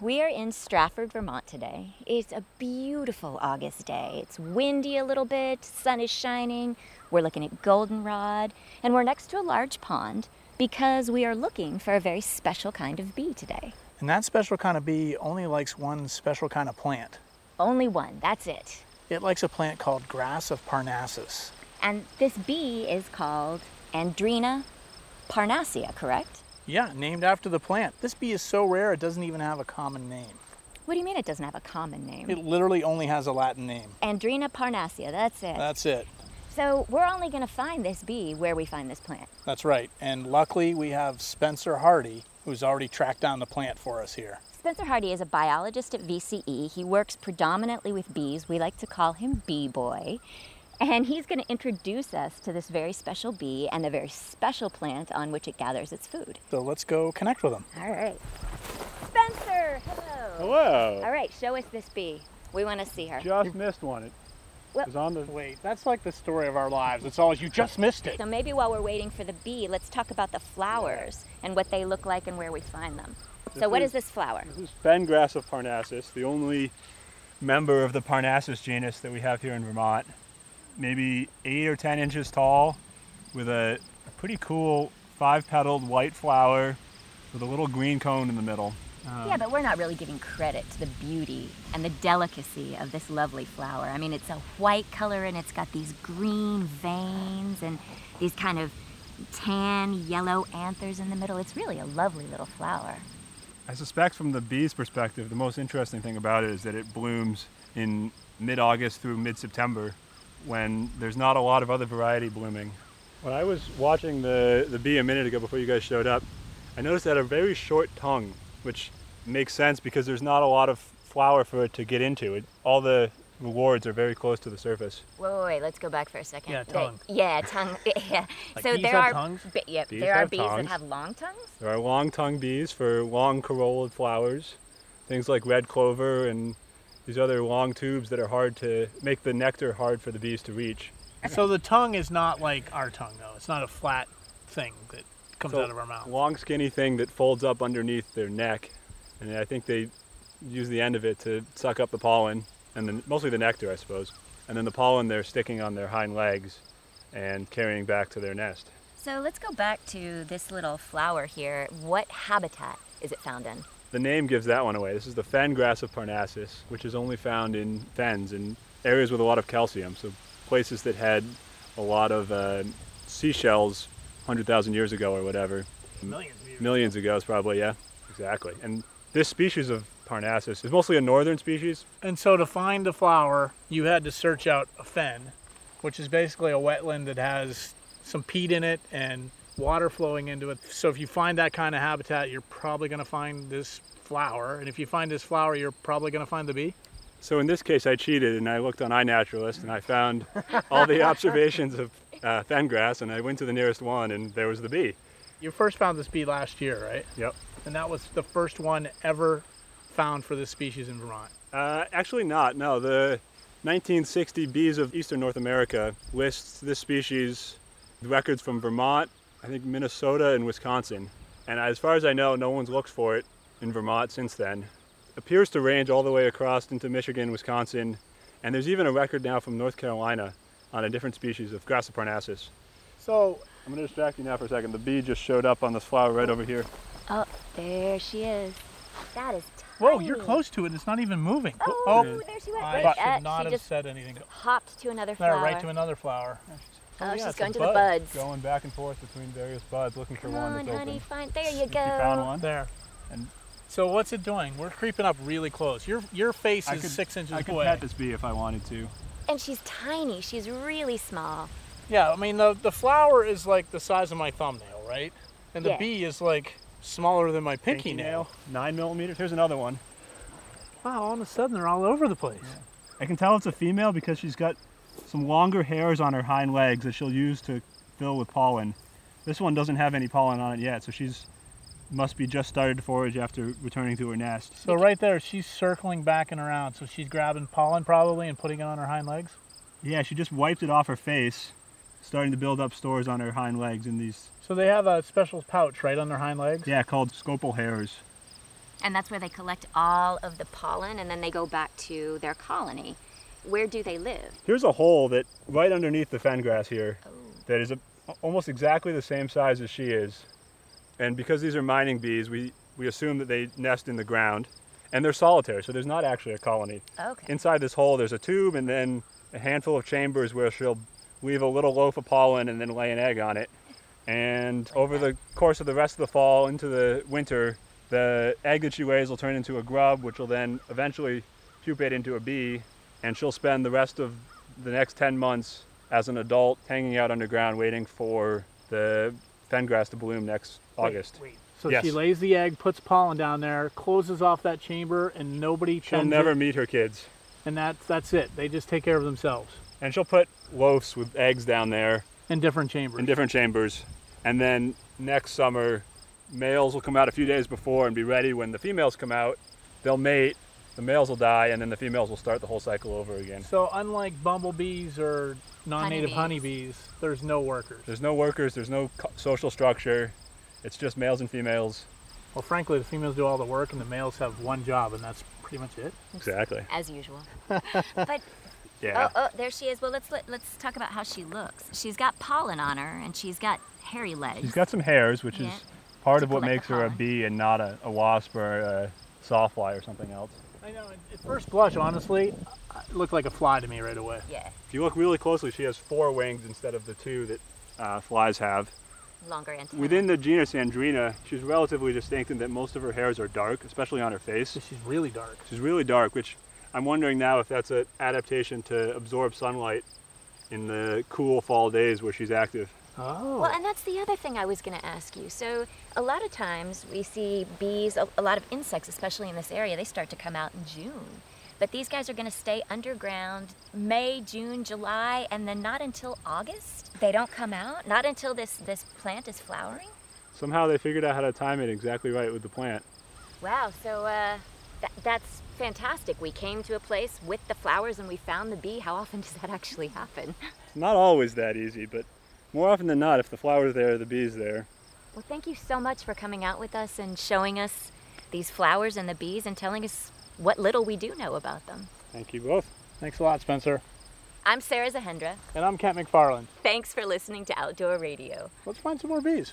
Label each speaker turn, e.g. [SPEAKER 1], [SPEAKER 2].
[SPEAKER 1] We are in Stratford, Vermont today. It's a beautiful August day. It's windy a little bit, sun is shining, we're looking at goldenrod, and we're next to a large pond because we are looking for a very special kind of bee today.
[SPEAKER 2] And that special kind of bee only likes one special kind of plant.
[SPEAKER 1] Only one, that's it.
[SPEAKER 2] It likes a plant called grass of Parnassus.
[SPEAKER 1] And this bee is called Andrina parnassia, correct?
[SPEAKER 2] Yeah, named after the plant. This bee is so rare it doesn't even have a common name.
[SPEAKER 1] What do you mean it doesn't have a common name?
[SPEAKER 2] It literally only has a Latin name.
[SPEAKER 1] Andrina parnassia, that's it.
[SPEAKER 2] That's it.
[SPEAKER 1] so we're only going to find this bee where we find this plant.
[SPEAKER 2] That's right. And luckily, we have Spencer Hardy, who's already tracked down the plant for us here.
[SPEAKER 1] Spencer Hardy is a biologist at VCE. He works predominantly with bees. We like to call him Bee Boy. And he's going to introduce us to this very special bee and the very special plant on which it gathers its food.
[SPEAKER 2] So let's go connect with him.
[SPEAKER 1] All right. Spencer, hello.
[SPEAKER 3] Hello.
[SPEAKER 1] All right, show us this bee. We want to see her.
[SPEAKER 3] Just missed one. It
[SPEAKER 1] Well-
[SPEAKER 3] was on the.
[SPEAKER 2] Wait, that's like the story of our lives. It's always you just missed it.
[SPEAKER 1] So maybe while we're waiting for the bee, let's talk about the flowers and what they look like and where we find them. So
[SPEAKER 3] This
[SPEAKER 1] what
[SPEAKER 3] is-
[SPEAKER 1] is this flower?
[SPEAKER 3] This is Bengrass of Parnassus, the only member of the Parnassus genus that we have here in Vermont. Maybe eight or ten inches tall, with a, a pretty cool five-petaled white flower with a little green cone in the middle.
[SPEAKER 1] yeah, but we're not really giving credit to the beauty and the delicacy of this lovely flower. I mean, it's a white color and it's got these green veins and these kind of tan yellow anthers in the middle. It's really a lovely little flower.
[SPEAKER 3] I suspect from the bee's perspective, the most interesting thing about it is that it blooms in mid August through mid September when there's not a lot of other variety blooming. When I was watching the, the bee a minute ago before you guys showed up, I noticed it had a very short tongue, which makes sense because there's not a lot of flower for it to get into. It, all the rewards are very close to the surface.
[SPEAKER 1] Wait, wait, wait, let's go back for a second.
[SPEAKER 2] Yeah,
[SPEAKER 1] They-
[SPEAKER 2] tongue.
[SPEAKER 1] yeah, tongue. Yeah.
[SPEAKER 2] Like
[SPEAKER 1] so
[SPEAKER 2] bees
[SPEAKER 1] there
[SPEAKER 2] have
[SPEAKER 1] are
[SPEAKER 2] tongues?
[SPEAKER 1] Be, yep,
[SPEAKER 3] Bees
[SPEAKER 1] there are
[SPEAKER 3] have
[SPEAKER 1] bees that
[SPEAKER 3] tongues.
[SPEAKER 1] have long tongues.
[SPEAKER 3] There are long tongued bees for long corolled flowers, things like red clover and these other long tubes that are hard to make the nectar hard for the bees to reach.
[SPEAKER 2] So the tongue is not like our tongue, though. It's not a flat thing that comes
[SPEAKER 3] So,
[SPEAKER 2] out of our mouth.
[SPEAKER 3] Long skinny thing that folds up underneath their neck, and I think they use the end of it to suck up the pollen and then mostly the nectar, I suppose. And then the pollen they're sticking on their hind legs and carrying back to their nest.
[SPEAKER 1] So let's go back to this little flower here. What habitat is it found in?
[SPEAKER 3] The name gives that one away. This is the fen grass of Parnassus, which is only found in fens and areas with a lot of calcium. So places that had a lot of uh, seashells 100,000 years ago or whatever.
[SPEAKER 2] Millions of years.
[SPEAKER 3] Millions ago is probably, yeah. Exactly. And this species of Parnassus is mostly a northern species.
[SPEAKER 2] And so to find the flower, you had to search out a fen, which is basically a wetland that has some peat in it and water flowing into it. So if you find that kind of habitat, you're probably going to find this flower. And if you find this flower, you're probably going to find the bee.
[SPEAKER 3] So in this case, I cheated and I looked on iNaturalist and I found all the observations of uh, fen grass and I went to the nearest one and there was the bee.
[SPEAKER 2] You first found this bee last year, right?
[SPEAKER 3] Yep.
[SPEAKER 2] And that was the first one ever found for this species in Vermont.
[SPEAKER 3] Uh, actually, not. No, the 1960 Bees of Eastern North America lists this species with records from Vermont, I think Minnesota, and Wisconsin. And as far as I know, no one's looked for it in Vermont since then. Appears to range all the way across into Michigan, Wisconsin, and there's even a record now from North Carolina on a different species of Grassa parnassus.
[SPEAKER 2] So
[SPEAKER 3] I'm going to distract you now for a second. The bee just showed up on this flower right over here.
[SPEAKER 1] Oh, there she is. That is tiny.
[SPEAKER 2] Whoa, you're close to it. and It's not even moving.
[SPEAKER 1] Oh,
[SPEAKER 2] oh
[SPEAKER 1] there she went.
[SPEAKER 2] I
[SPEAKER 1] Right
[SPEAKER 2] should
[SPEAKER 1] at-
[SPEAKER 2] not
[SPEAKER 1] she
[SPEAKER 2] have
[SPEAKER 1] just
[SPEAKER 2] said anything.
[SPEAKER 1] hopped to another
[SPEAKER 2] Better
[SPEAKER 1] flower.
[SPEAKER 2] right to another flower.
[SPEAKER 1] oh,
[SPEAKER 3] Yeah,
[SPEAKER 1] she's
[SPEAKER 3] it's a
[SPEAKER 1] going to
[SPEAKER 3] bud
[SPEAKER 1] the buds.
[SPEAKER 3] Going back and forth between various buds, looking for
[SPEAKER 1] Come
[SPEAKER 3] one
[SPEAKER 1] on,
[SPEAKER 3] that's
[SPEAKER 1] honey,
[SPEAKER 3] open.
[SPEAKER 1] find. There you go.
[SPEAKER 2] There.
[SPEAKER 3] And-
[SPEAKER 2] so what's it doing? We're creeping up really close. Your your face is six inches
[SPEAKER 3] I could
[SPEAKER 2] away.
[SPEAKER 3] pet this bee if I wanted to.
[SPEAKER 1] And she's tiny. She's really small.
[SPEAKER 2] Yeah, I mean the the flower is like the size of my thumbnail, right? And the
[SPEAKER 1] Yeah.
[SPEAKER 2] bee is like smaller than my pinky, nail.
[SPEAKER 3] nine millimeters. Here's another one.
[SPEAKER 2] Wow, all of a sudden they're all over the place.
[SPEAKER 3] I can tell it's a female because she's got some longer hairs on her hind legs that she'll use to fill with pollen. This one doesn't have any pollen on it yet, so she's must be just started to forage after returning to her nest.
[SPEAKER 2] So right there, she's circling back and around. So she's grabbing pollen probably and putting it on her hind legs.
[SPEAKER 3] Yeah, she just wiped it off her face, starting to build up stores on her hind legs in these
[SPEAKER 2] So they have a special pouch right on their hind legs.
[SPEAKER 3] yeah called scopal hairs.
[SPEAKER 1] and that's where they collect all of the pollen and then they go back to their colony. Where do they live?
[SPEAKER 3] Here's a hole that right underneath the fengrass here that is a, almost exactly the same size as she is. And because these are mining bees, we, we assume that they nest in the ground. And they're solitary, so there's not actually a colony.
[SPEAKER 1] Okay.
[SPEAKER 3] Inside this hole, there's a tube and then a handful of chambers where she'll leave a little loaf of pollen and then lay an egg on it. And over the course of the rest of the fall into the winter, the egg that she lays will turn into a grub, which will then eventually pupate into a bee. And she'll spend the rest of the next 10 months as an adult hanging out underground waiting for the fengrass to bloom next August.
[SPEAKER 2] Wait, wait. So
[SPEAKER 3] Yes.
[SPEAKER 2] she lays the egg, puts pollen down there, closes off that chamber, and nobody
[SPEAKER 3] She'll
[SPEAKER 2] tends
[SPEAKER 3] never
[SPEAKER 2] it,
[SPEAKER 3] meet her kids.
[SPEAKER 2] and that's that's it. They just take care of themselves
[SPEAKER 3] And she'll put loaves with eggs down there
[SPEAKER 2] in different chambers.
[SPEAKER 3] in different chambers. And then next summer, males will come out a few days before and be ready when the females come out. They'll mate, the males will die, and then the females will start the whole cycle over again.
[SPEAKER 2] so unlike bumblebees or non-native honeybees,
[SPEAKER 1] Honeybees.
[SPEAKER 2] there's no workers.
[SPEAKER 3] There's no workers, there's no co- social structure. It's just males and females.
[SPEAKER 2] Well, frankly, the females do all the work, and the males have one job, and that's pretty much it.
[SPEAKER 3] Exactly.
[SPEAKER 1] As usual. but
[SPEAKER 3] Yeah.
[SPEAKER 1] oh, oh, there she is. Well, let's let, let's talk about how she looks. She's got pollen on her, and she's got hairy legs.
[SPEAKER 3] She's got some hairs, which
[SPEAKER 1] Yeah.
[SPEAKER 3] is part
[SPEAKER 1] To
[SPEAKER 3] of what
[SPEAKER 1] collect the
[SPEAKER 3] makes her a
[SPEAKER 1] pollen.
[SPEAKER 3] bee and not a, a wasp or a sawfly or something else.
[SPEAKER 2] I know. at- At first blush, honestly, uh, it looked like a fly to me right away.
[SPEAKER 1] yeah,
[SPEAKER 3] If you look really closely, she has four wings instead of the two that uh, flies have.
[SPEAKER 1] longer antenna.
[SPEAKER 3] Within the genus Andrina, she's relatively distinct in that most of her hairs are dark, especially on her face.
[SPEAKER 2] She's really dark.
[SPEAKER 3] She's really dark, which I'm wondering now if that's an adaptation to absorb sunlight in the cool fall days where she's active.
[SPEAKER 2] Oh.
[SPEAKER 1] Well, and that's the other thing I was going to ask you. So, a lot of times we see bees, a, a lot of insects, especially in this area, they start to come out in June. But these guys are going to stay underground May, June, July, and then not until August. They don't come out, not until this, this plant is flowering.
[SPEAKER 3] Somehow they figured out how to time it exactly right with the plant.
[SPEAKER 1] Wow, so uh, that, that's fantastic. We came to a place with the flowers and we found the bee. How often does that actually happen?
[SPEAKER 3] It's not always that easy, but more often than not, if the flower's there, the bee's there.
[SPEAKER 1] Well, thank you so much for coming out with us and showing us these flowers and the bees and telling us what little we do know about them.
[SPEAKER 3] Thank you both.
[SPEAKER 2] Thanks a lot, Spencer.
[SPEAKER 1] I'm Sarah Zahendra.
[SPEAKER 2] And I'm Kent McFarland.
[SPEAKER 1] Thanks for listening to Outdoor Radio.
[SPEAKER 2] Let's find some more bees.